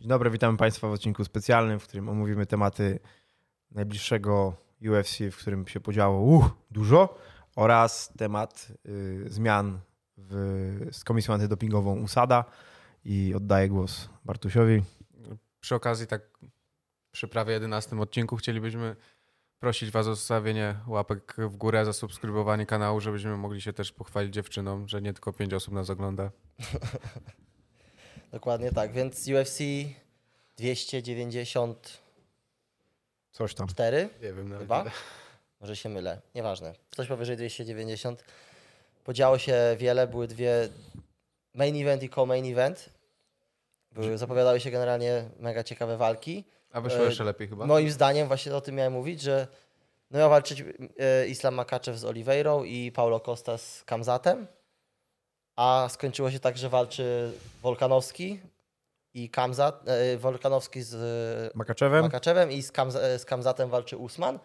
Dzień dobry, witamy Państwa w odcinku specjalnym, w którym omówimy tematy najbliższego UFC, w którym się podziało uh, dużo, oraz temat y, zmian w, z Komisją Antydopingową USADA. I oddaję głos Bartusiowi. Przy okazji, tak przy prawie 11 odcinku chcielibyśmy prosić Was o zostawienie łapek w górę, za subskrybowanie kanału, żebyśmy mogli się też pochwalić dziewczynom, że nie tylko 5 osób nas ogląda. Dokładnie tak, więc UFC 294, Coś tam. Nie wiem nawet. chyba? Może się mylę, nieważne. Coś powyżej 290. Podziało się wiele, były dwie main event i co-main event. Były, zapowiadały się generalnie mega ciekawe walki. A wyszło E, jeszcze lepiej chyba. Moim zdaniem właśnie o tym miałem mówić, że no miał walczyć e, Islam Makaczew z Oliveirą i Paulo Costa z Kamzatem, a skończyło się tak, że walczy Wolkanowski i Kamzat, e, Wolkanowski z e, Makaczewem? Makaczewem i z, Kamza, e, z Kamzatem walczy Usman.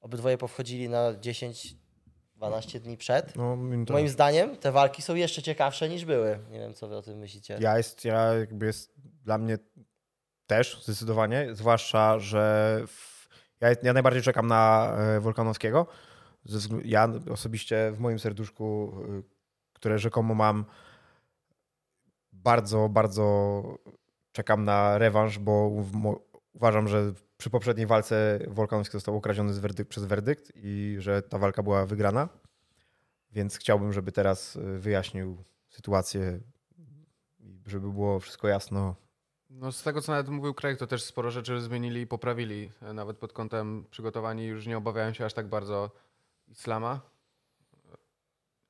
Obydwoje powchodzili na 10-12 dni przed. No, mi to- Moim zdaniem te walki są jeszcze ciekawsze niż były. Nie wiem, co wy o tym myślicie. Ja jest, ja jakby jest dla mnie też zdecydowanie, zwłaszcza, że w, ja, ja najbardziej czekam na e, Wolkanowskiego. Ze wzglę- Ja osobiście w moim serduszku, y, które rzekomo mam, bardzo, bardzo czekam na rewanż, bo w, mo, uważam, że przy poprzedniej walce Wolkanowski został okradziony z werdykt, przez werdykt i że ta walka była wygrana. Więc chciałbym, żeby teraz y, wyjaśnił sytuację i żeby było wszystko jasno. No z tego, co nawet mówił Craig, to też sporo rzeczy zmienili i poprawili. E, Nawet pod kątem przygotowani już nie obawiałem się aż tak bardzo Islama.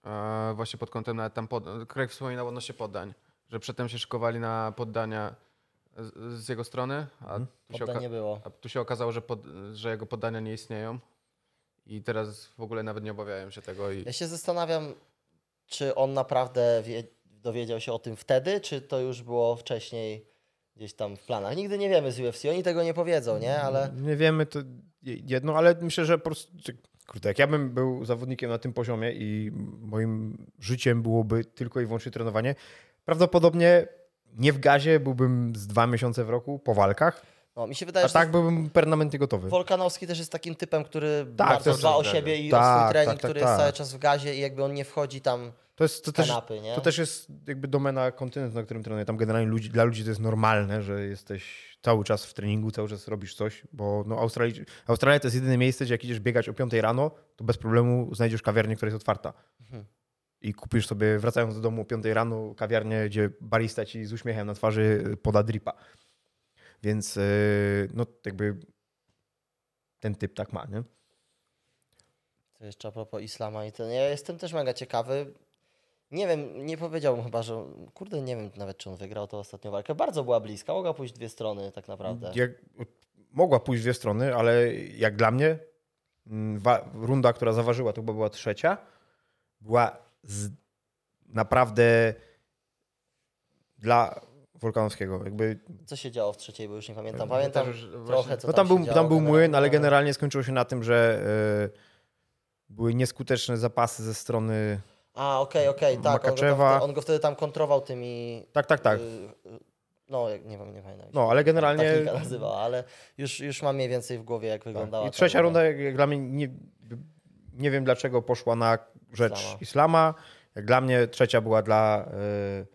E, Właśnie pod kątem nawet tam pod... Craig wspominał odnośnie poddań, że przedtem się szykowali na poddania z, z jego strony, a, Mhm. tu, się Poddań nie oka- było. a tu się okazało, że, pod... że jego poddania nie istnieją. I teraz w ogóle nawet nie obawiałem się tego. I... Ja się zastanawiam, czy on naprawdę wie, dowiedział się o tym wtedy, czy to już było wcześniej gdzieś tam w planach. Nigdy nie wiemy z UFC, oni tego nie powiedzą, nie? Ale Nie wiemy to jedno, ale myślę, że po prostu. czy- Kurde, jak ja bym był zawodnikiem na tym poziomie i moim życiem byłoby tylko i wyłącznie trenowanie, prawdopodobnie nie w gazie byłbym z dwa miesiące w roku po walkach, no, mi się a wydaje, tak że byłbym permanentnie gotowy. Wolkanowski też jest takim typem, który Tak, to bardzo jest dba o prawda. siebie i o Tak, swój trening, tak, tak, który tak. jest cały czas w gazie i jakby on nie wchodzi tam To, jest, to, w też, kanapy, nie? to też jest jakby domena kontynentu, na którym trenuję. Tam generalnie ludzi, dla ludzi to jest normalne, że jesteś cały czas w treningu, cały czas robisz coś, bo no Australii, Australia to jest jedyne miejsce, gdzie jak idziesz biegać o 5 rano, to bez problemu znajdziesz kawiarnię, która jest otwarta. Mhm. I kupisz sobie, wracając do domu o 5 rano, kawiarnię, gdzie barista ci z uśmiechem na twarzy y, poda dripa. Więc yy, no jakby ten typ tak ma, nie? To jeszcze a propos islama i ten. Ja jestem też mega ciekawy. Nie wiem, nie powiedziałbym chyba, że. Kurde, nie wiem nawet, czy on wygrał tą ostatnią walkę. Bardzo była bliska, mogła pójść w dwie strony, tak naprawdę. Jak, mogła pójść w dwie strony, ale jak dla mnie mm, wa, runda, która zaważyła, to chyba była trzecia, była z, naprawdę dla Wolkanowskiego. Jakby, Co się działo w trzeciej, bo już nie pamiętam. Ja Pamiętam też już właśnie- trochę, co no tam, się był, działo tam był młyn, ale generalnie skończyło się na tym, że y, były nieskuteczne zapasy ze strony... A, okej, okej, tak. On go, tam, Makaczewa. wtedy- on go wtedy tam kontrował tymi. Tak, tak, tak. y, y, No, jak- nie wiem, nie pamiętam. No, ale generalnie... Tak kilka nazywała, ale już, już mam mniej więcej w głowie, jak wyglądała. I ta trzecia runda, jak, jak dla mnie, nie, nie wiem dlaczego poszła na rzecz Islama. Islama. Jak dla mnie trzecia była dla, y,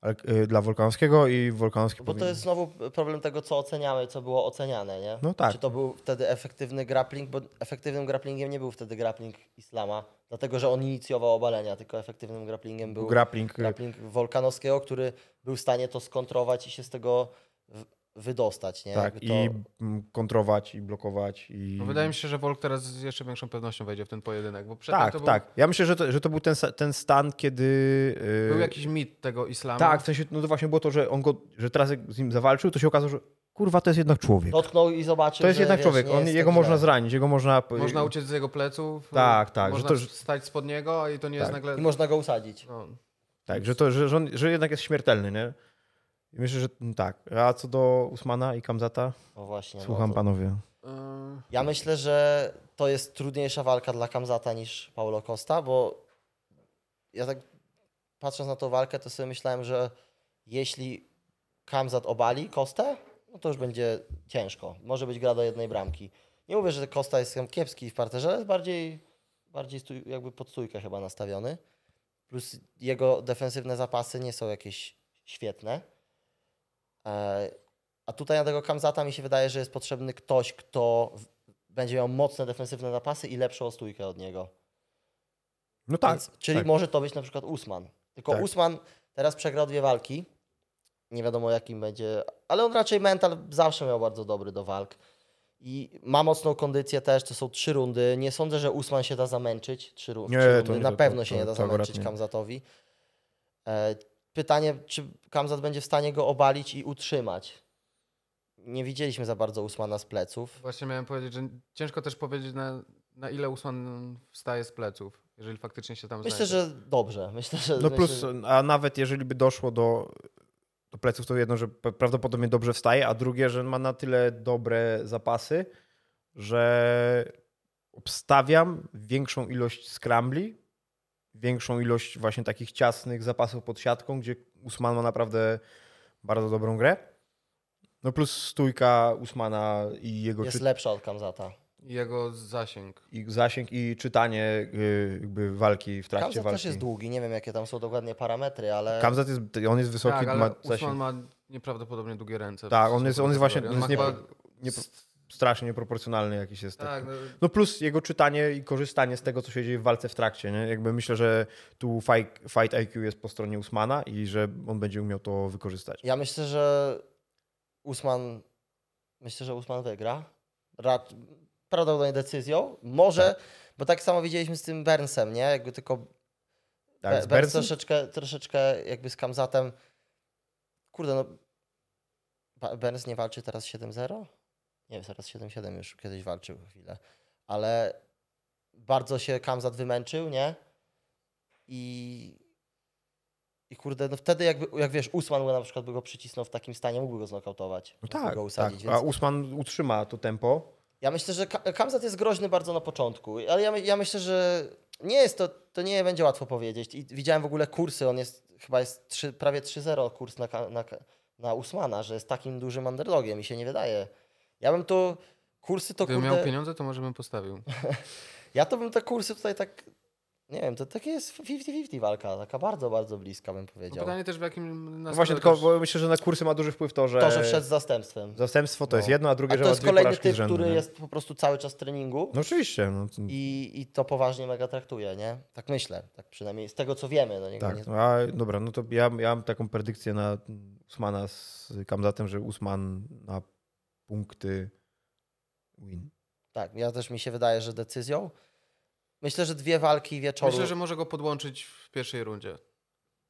ale- y, dla Wolkanowskiego i Wolkanowski No Bo to powinien- jest znowu problem tego, co oceniamy, co było oceniane, nie? No tak. Czy to był wtedy efektywny grappling, bo efektywnym grapplingiem nie był wtedy grappling Islama, dlatego że on inicjował obalenia, tylko efektywnym grapplingiem był grappling. y, grappling Wolkanowskiego, który był w stanie to skontrować i się z tego w- wydostać, nie? tak, Jakby to... i mm, kontrować, i blokować. I... No, wydaje mi się, że Wolk teraz z jeszcze większą pewnością wejdzie w ten pojedynek, bo przedtem tak, to był, tak. Ja myślę, że to, że to był ten, sa- ten stan, kiedy. y, był jakiś mit tego islamu. Tak, w sensie, no to właśnie było to, że on go, że teraz jak z nim zawalczył, to się okazało, że kurwa, to jest jednak człowiek. Dotknął i zobaczył, To jest że, jednak wiesz, człowiek. nie On, jest jego tak można źle. zranić, jego można. Można uciec z jego pleców. Tak, tak, Można że to- stać spod niego i to nie jest Tak. nagle... I można go usadzić. No, Tak, że, to, że, że, on, że jednak jest śmiertelny, nie? I myślę, że mm, tak. A co do Usmana i Kamzata? No właśnie. Słucham no to... panowie. Yy, Ja myślę, że to jest trudniejsza walka dla Kamzata niż Paulo Costa, bo ja tak patrząc na tą walkę, to sobie myślałem, że jeśli Kamzat obali Kostę, no to już będzie ciężko. Może być gra do jednej bramki. Nie mówię, że Kosta jest tam kiepski w parterze, ale jest bardziej, bardziej stój, jakby pod stójkę chyba nastawiony. Plus jego defensywne zapasy nie są jakieś świetne. E, A tutaj na tego Kamzata mi się wydaje, że jest potrzebny ktoś, kto w- będzie miał mocne defensywne zapasy i lepszą stójkę od niego. No tak. Więc, czyli tak. może to być na przykład Usman. Tylko Tak. Usman teraz przegrał dwie walki. Nie wiadomo jakim będzie, ale on raczej mental zawsze miał bardzo dobry do walk. I ma mocną kondycję też, to są trzy rundy. Nie sądzę, że Usman się da zamęczyć. Trzy, Nie, ru- trzy to rundy. nie, na to- pewno to- się nie da to akurat zamęczyć nie. Kamzatowi. E, pytanie, czy Kamzat będzie w stanie go obalić i utrzymać. Nie widzieliśmy za bardzo Usmana z pleców. Właśnie miałem powiedzieć, że ciężko też powiedzieć, na, na ile Usman wstaje z pleców, jeżeli faktycznie się tam Myślę, znajdzie. że dobrze. Myślę, że, No myślę, plus, że... a nawet jeżeli by doszło do, do pleców, to jedno, że p- prawdopodobnie dobrze wstaje, a drugie, że ma na tyle dobre zapasy, że obstawiam większą ilość skrambli, większą ilość właśnie takich ciasnych zapasów pod siatką, gdzie Usman ma naprawdę bardzo dobrą grę. No plus stójka Usmana i jego jest czy, lepsza od Kamzata. I Jego zasięg. i zasięg i czytanie y, jakby walki w trakcie Kamzat walki. też jest długi, nie wiem jakie tam są dokładnie parametry, ale Kamzat jest, on jest wysoki, tak, ale ma zasięg. Usman ma nieprawdopodobnie długie ręce. Tak, on jest- on jest właśnie- On on jest ma nie- chyba- nie, strasznie nieproporcjonalny jakiś jest. taki. Tak, no, No plus jego czytanie i korzystanie z tego, co się dzieje w walce w trakcie. Nie? Jakby myślę, że tu fight, fight IQ jest po stronie Usmana i że on będzie umiał to wykorzystać. ja myślę, że Usman myślę, że Usman wygra. Rad, prawdopodobnie decyzją. Może, bo tak samo widzieliśmy z tym Bernsem, nie? Jakby tylko Be- Tak, z Berns Bernsem? troszeczkę, troszeczkę jakby z Kamzatem. Kurde, no. Ba- Berns nie walczy teraz 7-0? Nie, teraz 7-7 już kiedyś walczył chwilę. Ale bardzo się Kamzat wymęczył, nie? I. I kurde, no wtedy jakby, jak wiesz, Usman go na przykład by go przycisnął w takim stanie, mógłby go znokautować. No mógłby tak, go tak. usadzić, A więc- Usman utrzyma to tempo. ja myślę, że Ka- Kamzat jest groźny bardzo na początku, ale ja, my- ja myślę, że nie jest to, to nie będzie łatwo powiedzieć. I widziałem w ogóle kursy, on jest chyba jest 3, prawie 3-0 kurs na, Ka- na, Ka- na Usmana, że jest takim dużym underdogiem, mi się nie wydaje. Ja bym tu kursy to gdybym kurde, miał pieniądze, to może bym postawił. ja to bym te kursy tutaj tak, nie wiem, to takie jest 50-50 walka, taka bardzo, bardzo bliska bym No powiedział. pytanie też w jakim... No nastroju właśnie, tylko też- bo myślę, że na kursy ma duży wpływ to, że, To, że wszedł z zastępstwem. zastępstwo to No. jest jedno, a drugie, A że to ma jest dwie kolejny porażki typ, z rzędu. który nie? jest po prostu cały czas treningu. No oczywiście. No, to- I, I to poważnie mega traktuje, nie? Tak myślę, tak przynajmniej z tego co wiemy. No, nie, tak, nie, no a dobra, no to ja, ja mam taką predykcję na Usmana z Kamzatem, że Usman na punkty win. tak, ja też mi się wydaje, że decyzją. Myślę, że dwie walki wieczoru. Myślę, że może go podłączyć w pierwszej rundzie.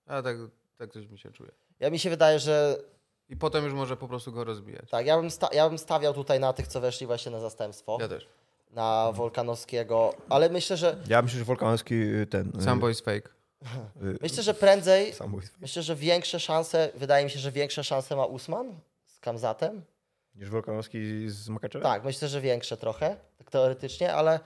A tak, tak coś mi się czuje. Ja mi się wydaje, że I potem już może po prostu go rozbijać. tak, ja bym, sta- ja bym stawiał tutaj na tych, co weszli właśnie na zastępstwo, Ja też. na Wolkanowskiego, ale myślę, że Ja myślę, że Wolkanowski y, ten. y, Sambo jest fake. y, myślę, że prędzej Sambo jest myślę, że większe szanse, wydaje mi się, że większe szanse ma Usman z Kamzatem. Niż Wolkanowski z Makaczewem? Tak, myślę, że większe trochę, tak teoretycznie, ale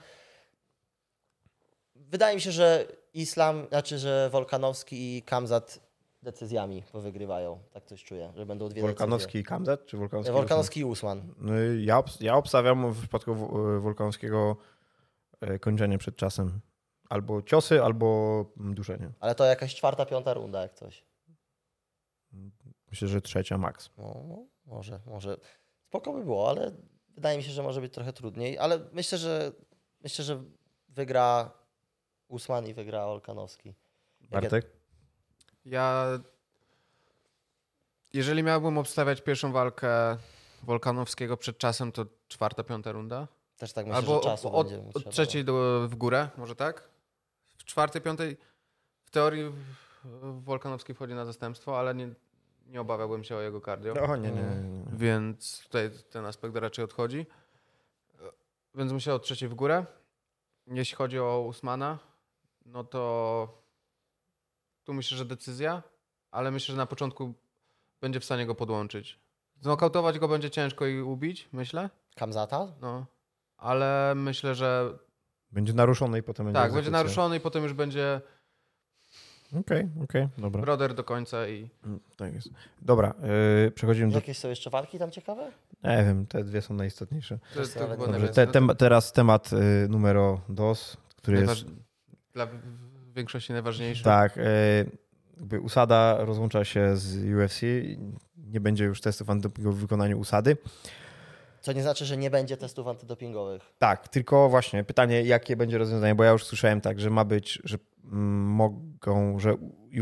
wydaje mi się, że Islam, znaczy, że Wolkanowski i Kamzat decyzjami powygrywają. Tak coś czuję, że będą dwie Wolkanowski i Kamzat? Czy Wolkanowski? decyzje. Wolkanowski i Usman. No, y, Ja, obs- ja obstawiam w przypadku Wo- y, Wolkanowskiego y, kończenie przed czasem. Albo ciosy, albo mm, duszenie. Ale to jakaś czwarta, piąta runda, jak coś. Myślę, że trzecia max. No, no może, może. Spoko by było, ale wydaje mi się, że może być trochę trudniej, ale myślę, że myślę, że wygra Usman i wygra Wolkanowski. Jak ja- Bartek? Ja. Jeżeli miałbym obstawiać pierwszą walkę Wolkanowskiego przed czasem, to czwarta, piąta runda? Też tak myślę, Albo że czasu od, będzie mu od trzeba. trzeciej do, w górę, może tak? W czwartej, piątej. W teorii w- Wolkanowski wchodzi na zastępstwo, ale nie, nie obawiałbym się o jego kardio. O nie, nie, nie. nie. Więc tutaj ten aspekt raczej odchodzi. Więc myślę od trzeciej w górę. Jeśli chodzi o Usmana, no to tu myślę, że decyzja, ale myślę, że na początku będzie w stanie go podłączyć. Znokautować go będzie ciężko i ubić, myślę. Kamzata? No. Ale myślę, że Będzie naruszony i potem będzie tak, będzie egzekucja. naruszony i potem już będzie Okej, okej, dobra. Broder do końca i Mm, Tak jest. Dobra, yy, przechodzimy do... Jakieś są jeszcze walki tam ciekawe? Nie wiem, te dwie są najistotniejsze. to jest to ale chyba dobrze, Dobrze, najwięcej. te, No to tem- teraz temat yy, numero dos, który jest... najważ- Dla w- w- większości najważniejszy. Tak, e, jakby USADA rozłącza się z UFC. Nie będzie już testów antydopingowych w wykonaniu USADY. Co nie znaczy, że nie będzie testów antydopingowych. Tak, tylko właśnie pytanie, jakie będzie rozwiązanie, bo ja już słyszałem tak, że ma być, że mm, mogą, że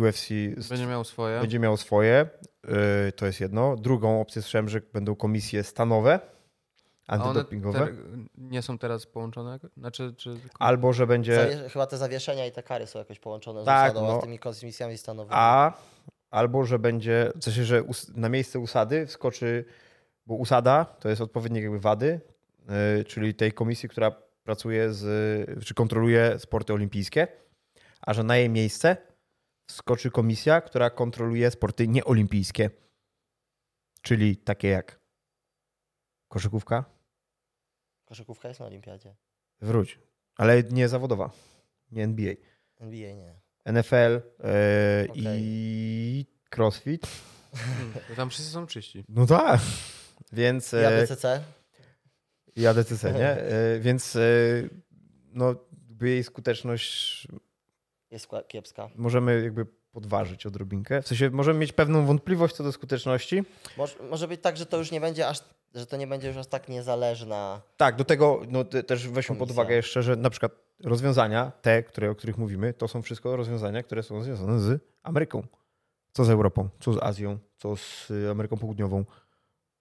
UFC st- Będzie miał swoje. będzie miał swoje, y, to jest jedno. Drugą opcję słyszałem, że będą komisje stanowe, A one antydopingowe, ter- nie są teraz połączone? jakoś? Znaczy, czy tylko- albo że będzie Zawie- chyba te zawieszenia i te kary są jakoś połączone z, Tak, zasadą, no. z tymi komisjami stanowymi. A, albo że będzie, w sensie, że us- na miejsce usady wskoczy, bo usada to jest odpowiednik jakby wady, yy, czyli tej komisji, która pracuje z, czy kontroluje sporty olimpijskie, a że na jej miejsce wskoczy komisja, która kontroluje sporty nieolimpijskie, czyli takie jak koszykówka, Koszykówka jest na olimpiadzie. wróć, ale nie zawodowa, nie NBA, NBA nie. NFL yy, Okej. i crossfit. Hmm, Tam wszyscy są czyści. No tak. Więc I e, ABCC? ja decyzję, nie? E, Więc e, no, jakby jej skuteczność Jest kła- kiepska. możemy jakby podważyć odrobinkę. W sensie możemy mieć pewną wątpliwość co do skuteczności. Może, może być tak, że to już nie będzie aż, że to nie będzie już aż tak niezależna. Tak, do tego no, te, też weźmy pod Komisja. uwagę jeszcze, że na przykład rozwiązania, te, które, o których mówimy, to są wszystko rozwiązania, które są związane z Ameryką. Co z Europą, co z Azją, co z y, Ameryką Południową.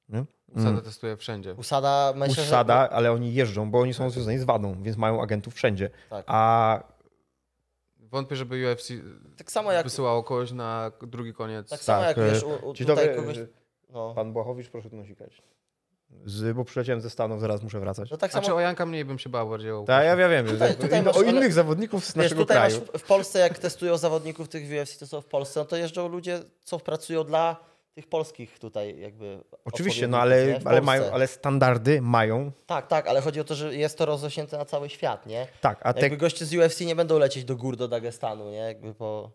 Nie? Usada Mm. testuje wszędzie. Usada, myślę, że... Usada, ale oni jeżdżą, bo oni są związani z wadą, więc mają agentów wszędzie. Tak. A Wątpię, żeby UFC Tak samo jak, wysyłało kogoś na drugi koniec. tak samo jak Tak, e, wiesz, u, u, Dzień tutaj dobry, kogoś... No. pan Błachowicz, proszę tu nasikać. Z, bo przyleciałem ze Stanów, zaraz muszę wracać. No tak Znaczy samo, o Janka mniej bym się bał bardziej o Tak, Łukasza. ja, ja wiem. Tutaj- tak, tutaj in- masz- o ale- innych zawodników z wiesz, naszego tutaj kraju. masz w w Polsce jak testują zawodników tych UFC, to co w Polsce, no to jeżdżą ludzie, co pracują dla tych polskich tutaj jakby. Oczywiście, no odpowiedników, ale, nie? W ale, Polsce. mają, ale standardy mają. Tak, tak, ale chodzi o to, że jest to rozrośnięte na cały świat, nie? Tak, a te. Jakby goście z UFC nie będą lecieć do gór do Dagestanu, nie? Jakby po...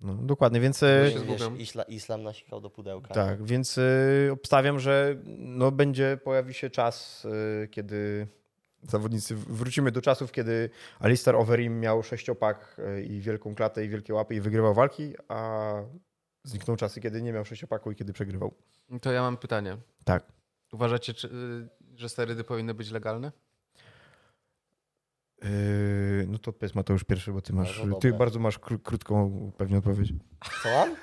No, dokładnie, więc. e, Ja się Wiesz, zgubiam. isla, islam nasikał do pudełka. Tak, więc e, obstawiam, że no, będzie pojawi się czas, e, kiedy zawodnicy wrócimy do czasów, kiedy Alistair Overeem miał sześciopak e, i wielką klatę i wielkie łapy i wygrywał walki, a znikną czasy, kiedy nie miał sześciopaku i kiedy przegrywał. To ja mam pytanie. Tak. Uważacie, czy, y, że sterydy powinny być legalne? Yy, no to powiedz Mateusz pierwszy, bo ty masz. Bardzo ty dobre. bardzo masz kró, krótką pewnie odpowiedź. Co mam?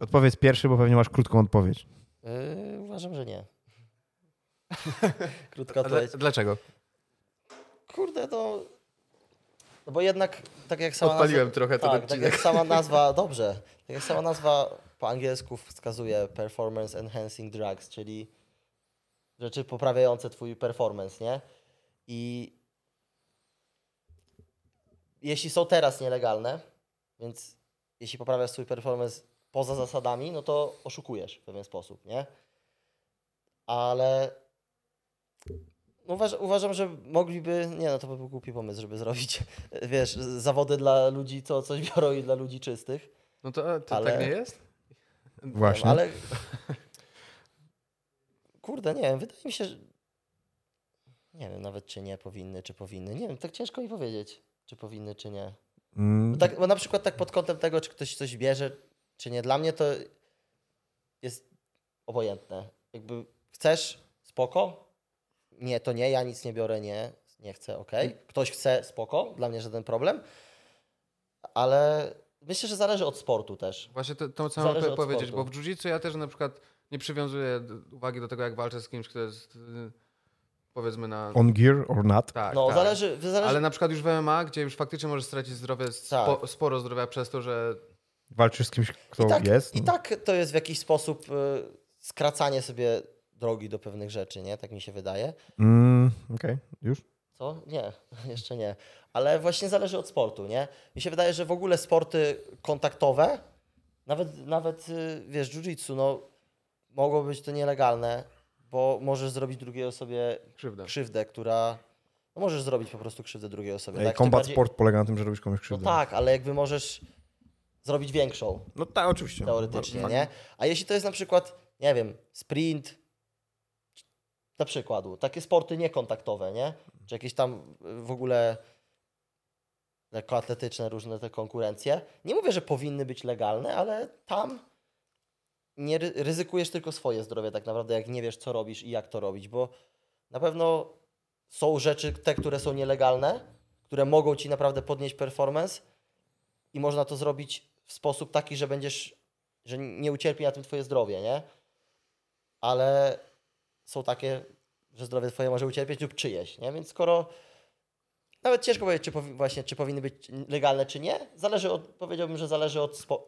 Odpowiedz pierwszy, bo pewnie masz krótką odpowiedź. Yy, uważam, że nie. Krótka A dla- odpowiedź. Dlaczego? Kurde, to... No bo jednak, tak jak sama Odpaliłem nazwa... trochę ten tak, tak odcinek. jak sama nazwa, dobrze, tak jak sama nazwa po angielsku wskazuje performance enhancing drugs, czyli rzeczy poprawiające twój performance, nie? I jeśli są teraz nielegalne, więc jeśli poprawiasz swój performance poza zasadami, no to oszukujesz w pewien sposób, nie? Ale uważ, uważam, że mogliby, nie no to by był głupi pomysł, żeby zrobić, wiesz, zawody dla ludzi, co coś biorą i dla ludzi czystych. No to, a, to Ale- tak nie jest? Właśnie. Ale kurde, nie wiem, wydaje mi się, że... Nie wiem nawet, czy nie powinny, czy powinny. Nie wiem, tak ciężko mi powiedzieć, czy powinny, czy nie. Mm, Bo, tak, bo na przykład tak pod kątem tego, czy ktoś coś bierze, czy nie, dla mnie to jest obojętne. Jakby chcesz, spoko. Nie, to nie, ja nic nie biorę, nie, nie chcę, okej. Mm. Ktoś chce, spoko, dla mnie żaden problem. Ale myślę, że zależy od sportu też. Właśnie to, to co mam Zależy po- od powiedzieć, bo sportu. w jiu ja też na przykład nie przywiązuję d- uwagi do tego, jak walczę z kimś, kto jest y, powiedzmy na... on gear or not. Tak, no, tak. zależy, zależy. Ale na przykład już w MMA, gdzie już faktycznie możesz stracić zdrowie, spo, Tak. sporo zdrowia przez to, że Walczysz z kimś, kto I tak, jest. no. I tak to jest w jakiś sposób y, skracanie sobie drogi do pewnych rzeczy, nie? Tak mi się wydaje. Mm, Okej, już. Co? Nie, jeszcze nie. Ale właśnie zależy od sportu, nie? Mi się wydaje, że w ogóle sporty kontaktowe, nawet, nawet y, wiesz, jiu-jitsu, no, mogło być to nielegalne, bo możesz zrobić drugiej osobie krzywda. krzywdę, która... No możesz zrobić po prostu krzywdę drugiej osobie. Ej, tak? Tym Kombat bardziej- sport polega na tym, że robisz komuś No krzywdę. tak, ale jakby możesz zrobić większą No tak, oczywiście. teoretycznie, Tak. nie? A jeśli to jest na przykład, nie wiem, sprint, na przykładu, takie sporty niekontaktowe, nie? Czy jakieś tam y, w ogóle lekkoatletyczne różne te konkurencje. Nie mówię, że powinny być legalne, ale tam nie ry- ryzykujesz tylko swoje zdrowie tak naprawdę, jak nie wiesz, co robisz i jak to robić, bo na pewno są rzeczy, te, które są nielegalne, które mogą ci naprawdę podnieść performance i można to zrobić w sposób taki, że będziesz, że nie ucierpi na tym twoje zdrowie, nie? Ale są takie, że zdrowie twoje może ucierpieć lub czyjeś, nie? Więc skoro nawet ciężko powiedzieć, czy, powi- właśnie, czy powinny być legalne, czy nie, zależy od, powiedziałbym, że zależy od sportu.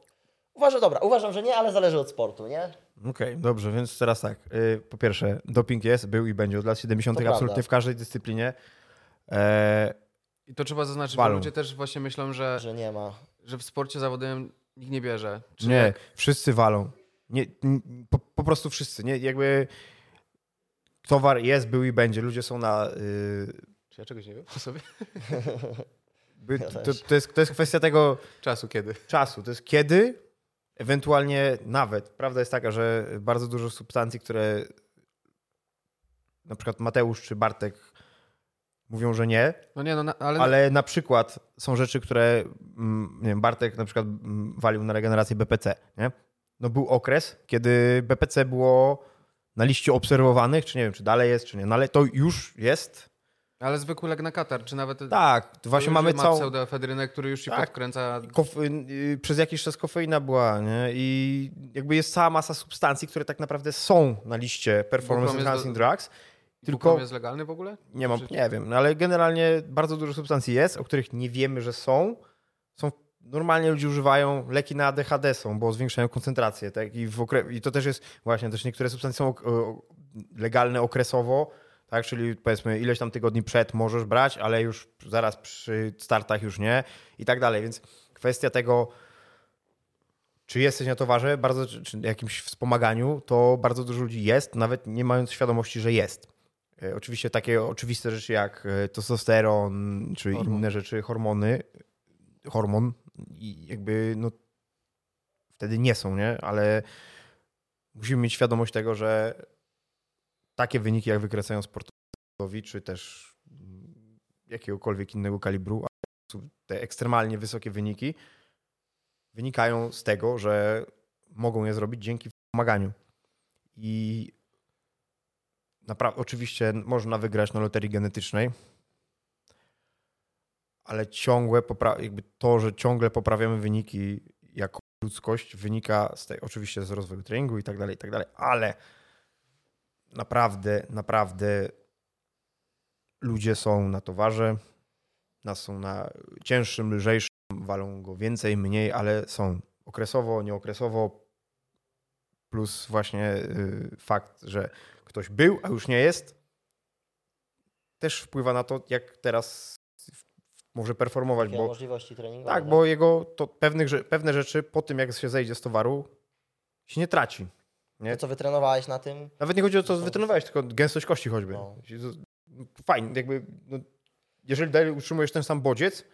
Uważam, dobra, uważam, że nie, ale zależy od sportu, nie? Okej, dobrze, więc teraz tak. Y, Po pierwsze, doping jest, był i będzie od lat 70. To absolutnie prawda. w każdej dyscyplinie. E, I to trzeba zaznaczyć, Walą. bo ludzie też właśnie myślą, że, Że nie ma. Tak, że w sporcie zawodowym nikt nie bierze. Czy nie, jak- tak, wszyscy walą. Nie, n- po, po prostu wszyscy. Nie, jakby towar jest, był i będzie. Ludzie są na. y, Czy ja czegoś nie wiem o sobie? by, Ja to, też. to, jest, to jest kwestia tego Czasu kiedy? czasu. To jest kiedy, ewentualnie nawet. Prawda jest taka, że bardzo dużo substancji, które na przykład Mateusz czy Bartek mówią, że nie, No nie, no na, ale, Ale na przykład są rzeczy, które mm, nie wiem, Bartek na przykład mm, walił na regenerację BPC. Nie? No był okres, kiedy BPC było na liście obserwowanych, czy nie wiem, czy dalej jest, czy nie, no ale to już jest. ale zwykły leg na katar, czy nawet... Tak, to właśnie już mamy ma całą... pseudoefedrynę, który już ci Tak. podkręca... Kof- y, przez jakiś czas kofeina była, nie? I jakby jest cała masa substancji, które tak naprawdę są na liście Performance Bukrom jest Enhancing Drugs, Tylko... tylko jest legalny w ogóle? nie mam, Czy- nie wiem, no ale generalnie bardzo dużo substancji jest, o których nie wiemy, że są. są normalnie ludzie używają leki na ADHD są, bo zwiększają koncentrację, tak? I, w okre... I to też jest właśnie, też niektóre substancje są ok- o- legalne okresowo, tak? Czyli powiedzmy ileś tam tygodni przed możesz brać, ale już zaraz przy startach już nie i tak dalej, więc kwestia tego czy jesteś na towarze, bardzo, czy czy jakimś wspomaganiu, to bardzo dużo ludzi jest, nawet nie mając świadomości, że jest. E, Oczywiście takie oczywiste rzeczy jak e, testosteron, czy Hormon. inne rzeczy, hormony, hormon i jakby no wtedy nie są, nie? Ale musimy mieć świadomość tego, że takie wyniki jak wykresają sportowi, czy też mm, jakiegokolwiek innego kalibru, a te ekstremalnie wysokie wyniki wynikają z tego, że mogą je zrobić dzięki pomaganiu. I Napra- oczywiście można wygrać na loterii genetycznej, ale ciągłe popra- jakby to, że ciągle poprawiamy wyniki jako ludzkość, wynika z tej, oczywiście z rozwoju treningu i tak dalej, i tak dalej, ale naprawdę, naprawdę ludzie są na towarze, nas są na cięższym, lżejszym, walą go więcej, mniej, ale są okresowo, nieokresowo, plus właśnie y, fakt, że ktoś był, a już nie jest, też wpływa na to, jak teraz w- może performować, Jakie bo możliwości no. treningowe. tak, bo jego to pewnych, rze- pewne rzeczy po tym, jak się zejdzie z towaru, się nie traci. To, No co wytrenowałeś na tym, Nawet nie chodzi o to, co wytrenowałeś, tylko gęstość kości choćby. No. Fajnie, jakby no, jeżeli dalej utrzymujesz ten sam bodziec,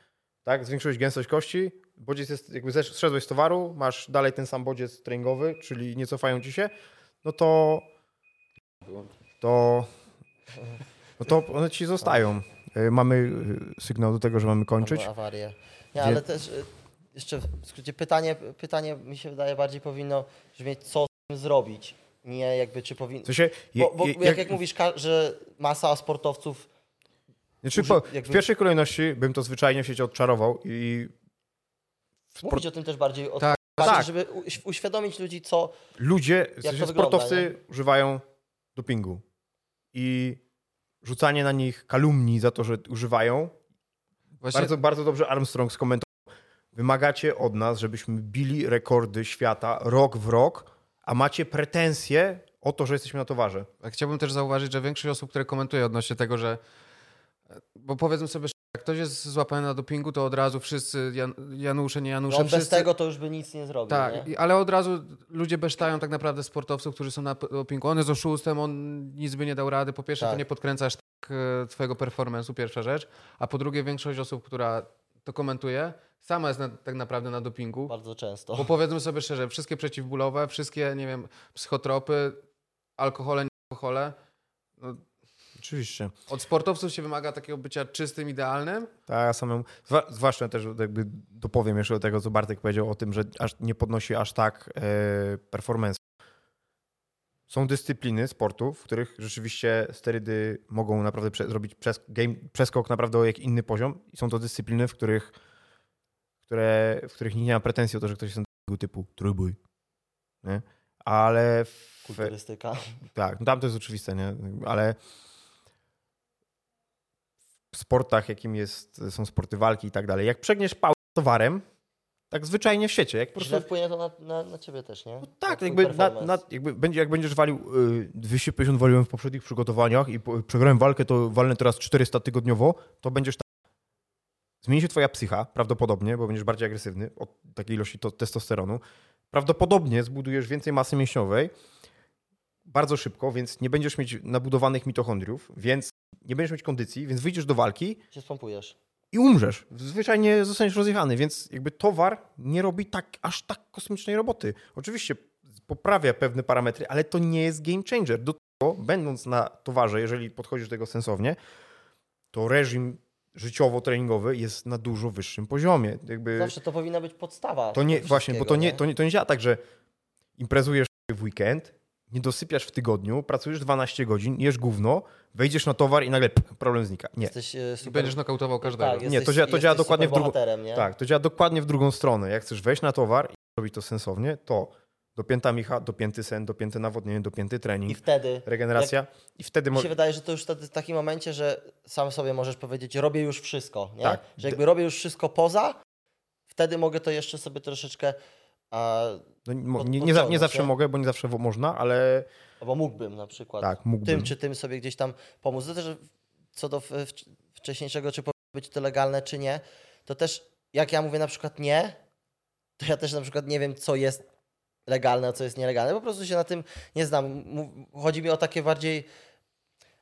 tak, zwiększyłeś gęstość kości, bodziec jest, jakby zesz- zszedłeś z towaru, masz dalej ten sam bodziec treningowy, czyli nie cofają ci się, no to to no to one ci zostają. Y, Mamy y, sygnał do tego, że mamy kończyć. Albo awarię. Gdzie- Nie, ale też y, jeszcze w skrócie pytanie, pytanie mi się wydaje bardziej powinno brzmieć, co z tym zrobić. Nie jakby czy powinno. W sensie, je- Bo, bo je- jak, jak, mówisz, ka- że masa sportowców. Znaczy, Uży- po, jakby- W pierwszej kolejności bym to zwyczajnie w sieci odczarował i Sport- Mówić o tym też bardziej od Tak, bardziej, tak. żeby u, uświadomić ludzi, co. ludzie, w sensie to wygląda, sportowcy używają dopingu i rzucanie na nich kalumni za to, że używają. Właśnie Bardzo, bardzo dobrze Armstrong skomentował. Wymagacie od nas, żebyśmy bili rekordy świata rok w rok, a macie pretensje o to, że jesteśmy na towarze. A Chciałbym też zauważyć, że większość osób, które komentuje odnośnie tego, że. Bo powiedzmy sobie, szczerze, jak ktoś jest złapany na dopingu, to od razu wszyscy, Jan, Janusze, nie No Janusze, on wszyscy. bez tego to już by nic nie zrobił. tak, nie? i- ale od razu ludzie besztają tak naprawdę sportowców, którzy są na p- dopingu. On jest oszustem, on nic by nie dał rady. Po pierwsze, to Tak. nie podkręcasz tak e, twojego performance'u, pierwsza rzecz. A po drugie, większość osób, która to komentuje, sama jest na, tak naprawdę na dopingu. Bardzo często. Bo powiedzmy sobie szczerze, wszystkie przeciwbólowe, wszystkie, nie wiem, psychotropy, alkohole, nie alkohole. Oczywiście. Od sportowców się wymaga takiego bycia czystym, idealnym. Tak, ja samemu. zwa- Zwłaszcza też jakby dopowiem jeszcze do tego, co Bartek powiedział o tym, że aż nie podnosi aż tak e, performance. Są dyscypliny sportu, w których rzeczywiście sterydy mogą naprawdę prze, zrobić przes, game, przeskok naprawdę o jak inny poziom. I są to dyscypliny, w których, które, w których nikt nie ma pretensji o to, że ktoś jest tego typu trójbój. Nie? Ale w, Kulturystyka. tak, no tam to jest oczywiste, nie? Ale w sportach, jakim jest, są sporty walki i tak dalej, jak przegniesz pałę towarem, tak zwyczajnie w świecie, jak po prostu... Źle wpłynie to na, na, na ciebie też, nie? Tak, No, twój jakby, na, performance. na, jakby będzie, jak będziesz walił y, 250 waliłem w poprzednich przygotowaniach i po, przegrałem walkę, to walnę teraz 400 tygodniowo, to będziesz tak. Zmieni się twoja psycha, prawdopodobnie, bo będziesz bardziej agresywny od takiej ilości to, testosteronu. Prawdopodobnie zbudujesz więcej masy mięśniowej bardzo szybko, więc nie będziesz mieć nabudowanych mitochondriów, więc nie będziesz mieć kondycji, więc wyjdziesz do walki Się spompujesz. i umrzesz. Zwyczajnie zostaniesz rozjechany, więc jakby towar nie robi tak, aż tak kosmicznej roboty. Oczywiście poprawia pewne parametry, ale to nie jest game changer. Do tego, będąc na towarze, jeżeli podchodzisz do tego sensownie, to reżim życiowo-treningowy jest na dużo wyższym poziomie. Jakby Zawsze to powinna być podstawa. Y- to nie, wszystkiego, właśnie, bo to nie, to, nie, to nie działa tak, że imprezujesz w weekend, nie dosypiasz w tygodniu, pracujesz 12 godzin, jesz gówno, wejdziesz na towar i nagle pff, problem znika. Nie, Jesteś e, super... I będziesz nokautował każdego. Tak, Nie, to jesteś, działa- to działa jesteś dokładnie w drugą- superbohaterem, nie? Tak, to działa dokładnie w drugą stronę. Jak chcesz wejść na towar i robić to sensownie, to dopięta micha, dopięty sen, dopięte nawodnienie, dopięty I trening, wtedy regeneracja i wtedy Mi mo- się wydaje, że to już wtedy w takim momencie, że sam sobie możesz powiedzieć, robię już wszystko, nie? Tak. Że jakby robię już wszystko poza, wtedy mogę to jeszcze sobie troszeczkę, a, no, mo- pod- nie, nie, za, nie podciągnąć, zawsze nie? mogę, bo nie zawsze wo- można, ale albo mógłbym na przykład tak, mógłbym. tym czy tym sobie gdzieś tam pomóc. To też co do w- w- wcześniejszego, czy powinno być to legalne, czy nie, to też jak ja mówię na przykład nie, to ja też na przykład nie wiem, co jest legalne, a co jest nielegalne. Po prostu się na tym nie znam. Mu- Chodzi mi o takie bardziej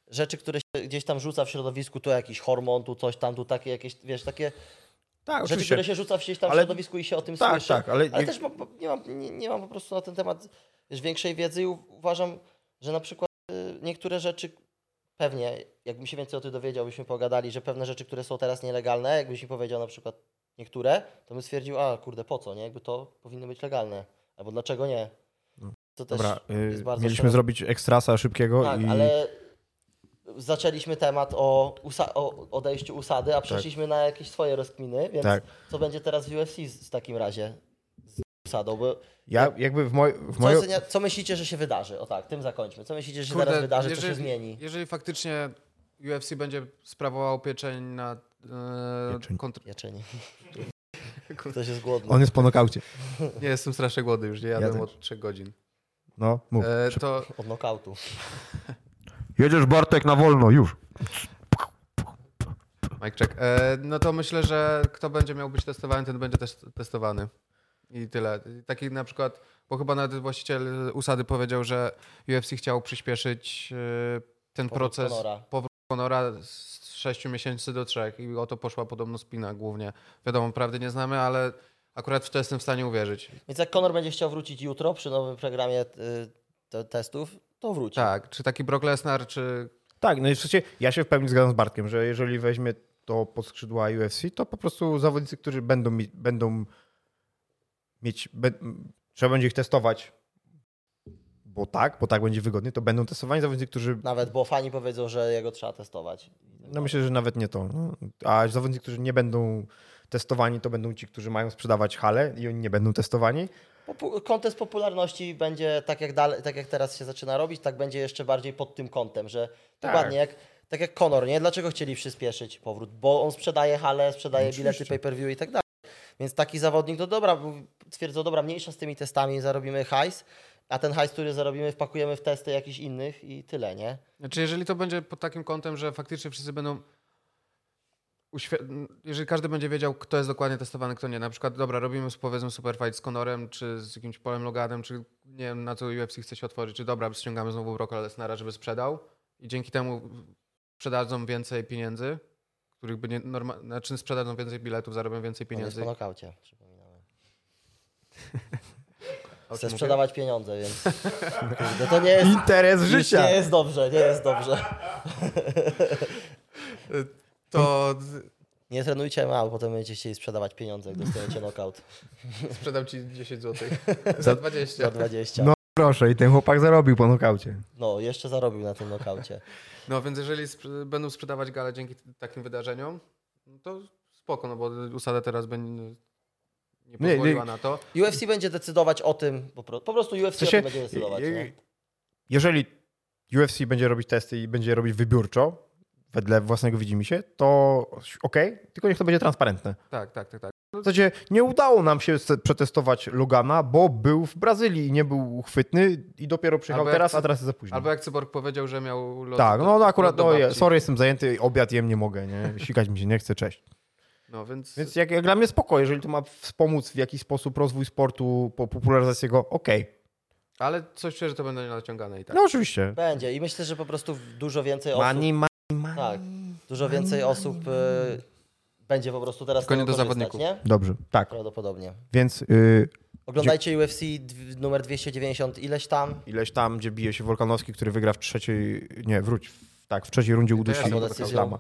rzeczy, które się gdzieś tam rzuca w środowisku, tu jakiś hormon, tu coś tam, tu takie jakieś, wiesz, takie tak, rzeczy, oczywiście. które się rzuca w gdzieś tam Ale- środowisku i się o tym tak, słyszy. tak, ale, Ale jak- też mam, nie, mam, nie, nie mam po prostu na ten temat wiesz, większej wiedzy i u- uważam, że na przykład y, niektóre rzeczy pewnie, jakbym się więcej o tym dowiedział, byśmy pogadali, że pewne rzeczy, które są teraz nielegalne, jakbyś mi powiedział na przykład niektóre, to bym stwierdził, a kurde, po co, nie? Jakby to powinno być legalne. Albo dlaczego nie? No. To też dobra, y, jest bardzo mieliśmy szerokie. zrobić ekstrasa szybkiego Tak, i ale zaczęliśmy temat o, usa- o odejściu usady, a przeszliśmy na jakieś swoje rozkminy, więc tak. co będzie teraz w UFC z, w takim razie z usadą? Bo Ja jakby w, moj, w co, moją... ocenia, co myślicie, że się wydarzy? O tak, tym zakończmy. Co myślicie, że się Kurde, teraz wydarzy, co się jeżeli- zmieni? Jeżeli faktycznie UFC będzie sprawowało pieczeń na e, Pieczeń. kontr- Jeczenie. Ktoś jest głodny. On jest po nokaucie. Nie, jestem strasznie głodny już, nie jadłem też. od 3 godzin. No, mów. E, to Od nokautu. Jedziesz Bartek na wolno, już. Mike check. E, no to myślę, że kto będzie miał być testowany, ten będzie też testowany. I tyle. Taki na przykład, bo chyba nawet właściciel usady powiedział, że UFC chciał przyspieszyć e, ten Powrót proces Conora. powrót Conora z 6 miesięcy do 3 i o to poszła podobno spina głównie. Wiadomo, prawdy nie znamy, ale akurat w to jestem w stanie uwierzyć. Więc jak Conor będzie chciał wrócić jutro przy nowym programie y, te- testów, to wróci. Tak, czy taki Brock Lesnar, czy Tak, no i przecież ja się w pełni zgadzam z Bartkiem, że jeżeli weźmie to pod skrzydła UFC, to po prostu zawodnicy, którzy będą, mi- będą mieć, be, m, trzeba będzie ich testować, bo tak, bo tak będzie wygodnie, to będą testowani zawodnicy, którzy, Nawet, bo fani powiedzą, że jego trzeba testować. no myślę, że nawet nie to, no. a zawodnicy, którzy nie będą testowani, to będą ci, którzy mają sprzedawać hale i oni nie będą testowani. Popu- Kontest popularności będzie tak jak, dalej, tak jak teraz się zaczyna robić, tak będzie jeszcze bardziej pod tym kątem, że Tak. dokładnie jak, tak jak Conor, nie? Dlaczego chcieli przyspieszyć powrót? Bo on sprzedaje hale, sprzedaje Oczywiście. bilety pay-per-view i tak dalej. Więc taki zawodnik, no dobra, mówi- twierdzą, dobra, mniejsza z tymi testami, zarobimy hajs, a ten hajs, który zarobimy, wpakujemy w testy jakichś innych i tyle, nie? Znaczy, jeżeli to będzie pod takim kątem, że faktycznie wszyscy będą. uświe- Jeżeli każdy będzie wiedział, kto jest dokładnie testowany, kto nie. Na przykład, dobra, robimy powiedzmy super fight z Conorem, czy z jakimś Polem Loganem, czy nie wiem, na co UFC chce się otworzyć, czy dobra, ściągamy znowu Brocka Lesnara, żeby sprzedał i dzięki temu sprzedadzą więcej pieniędzy, których by nie norma- znaczy sprzedadzą więcej biletów, zarobią więcej On jest pieniędzy. po nokaucie, przypominamy. O Chce czym mówię? sprzedawać pieniądze, więc kurde, to nie jest, Interes już życia. nie jest dobrze, nie jest dobrze. To Nie trenujcie MA, bo potem będziecie chcieli sprzedawać pieniądze, jak dostaniecie nokaut sprzedam ci 10 zł. Za 20. za 20. No. Proszę, i ten chłopak zarobił po nokaucie. No, jeszcze zarobił na tym nokaucie. No więc jeżeli sprz- będą sprzedawać gale dzięki t- takim wydarzeniom, no to spoko, no bo usada teraz będzie nie nie. pozwoliła na to. UFC będzie decydować o tym, po, pro, po prostu UFC sensie, o tym będzie decydować. je- no. je- Jeżeli UFC będzie robić testy i będzie robić wybiórczo, wedle własnego widzimisię, to okej, tylko niech to będzie transparentne. Tak, tak, tak, tak. W zasadzie nie udało nam się se- przetestować Logana, bo był w Brazylii i nie był uchwytny i dopiero przyjechał Albo jak teraz, chce- a teraz jest za późno. Albo jak Cyborg powiedział, że miał lot No. Tak, no, no akurat, lot do no, je- babci. sorry, jestem zajęty, obiad jem, nie mogę, nie? sikać mi się nie chce, cześć. No więc, Więc jak, jak dla mnie spoko, jeżeli to ma wspomóc w jakiś sposób rozwój sportu, po popularyzację go, okej. ale coś czuję, że to będą naciągane i tak. No oczywiście. Będzie i myślę, że po prostu dużo więcej osób, Money, money, money. Tak. dużo więcej osób y, będzie po prostu teraz Tylko z nie tego do korzystać, zawodników. nie? Dobrze, tak. Prawdopodobnie. Więc y, Oglądajcie UFC dw- numer 290 ileś tam. ileś tam, gdzie bije się Wolkanowski, który wygra w trzeciej, nie, wróć, w- tak, w trzeciej rundzie To jest udusi albo decyzją. Islama.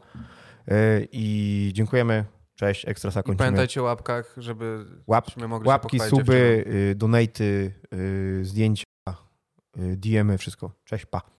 Y, I dziękujemy, cześć, Ekstrasa I kończymy. pamiętajcie o łapkach, żeby Łap, żebyśmy mogli się łapki, pochwalić suby, y, donaty, y, zdjęcia, y, DM-y, y, wszystko. Cześć, pa.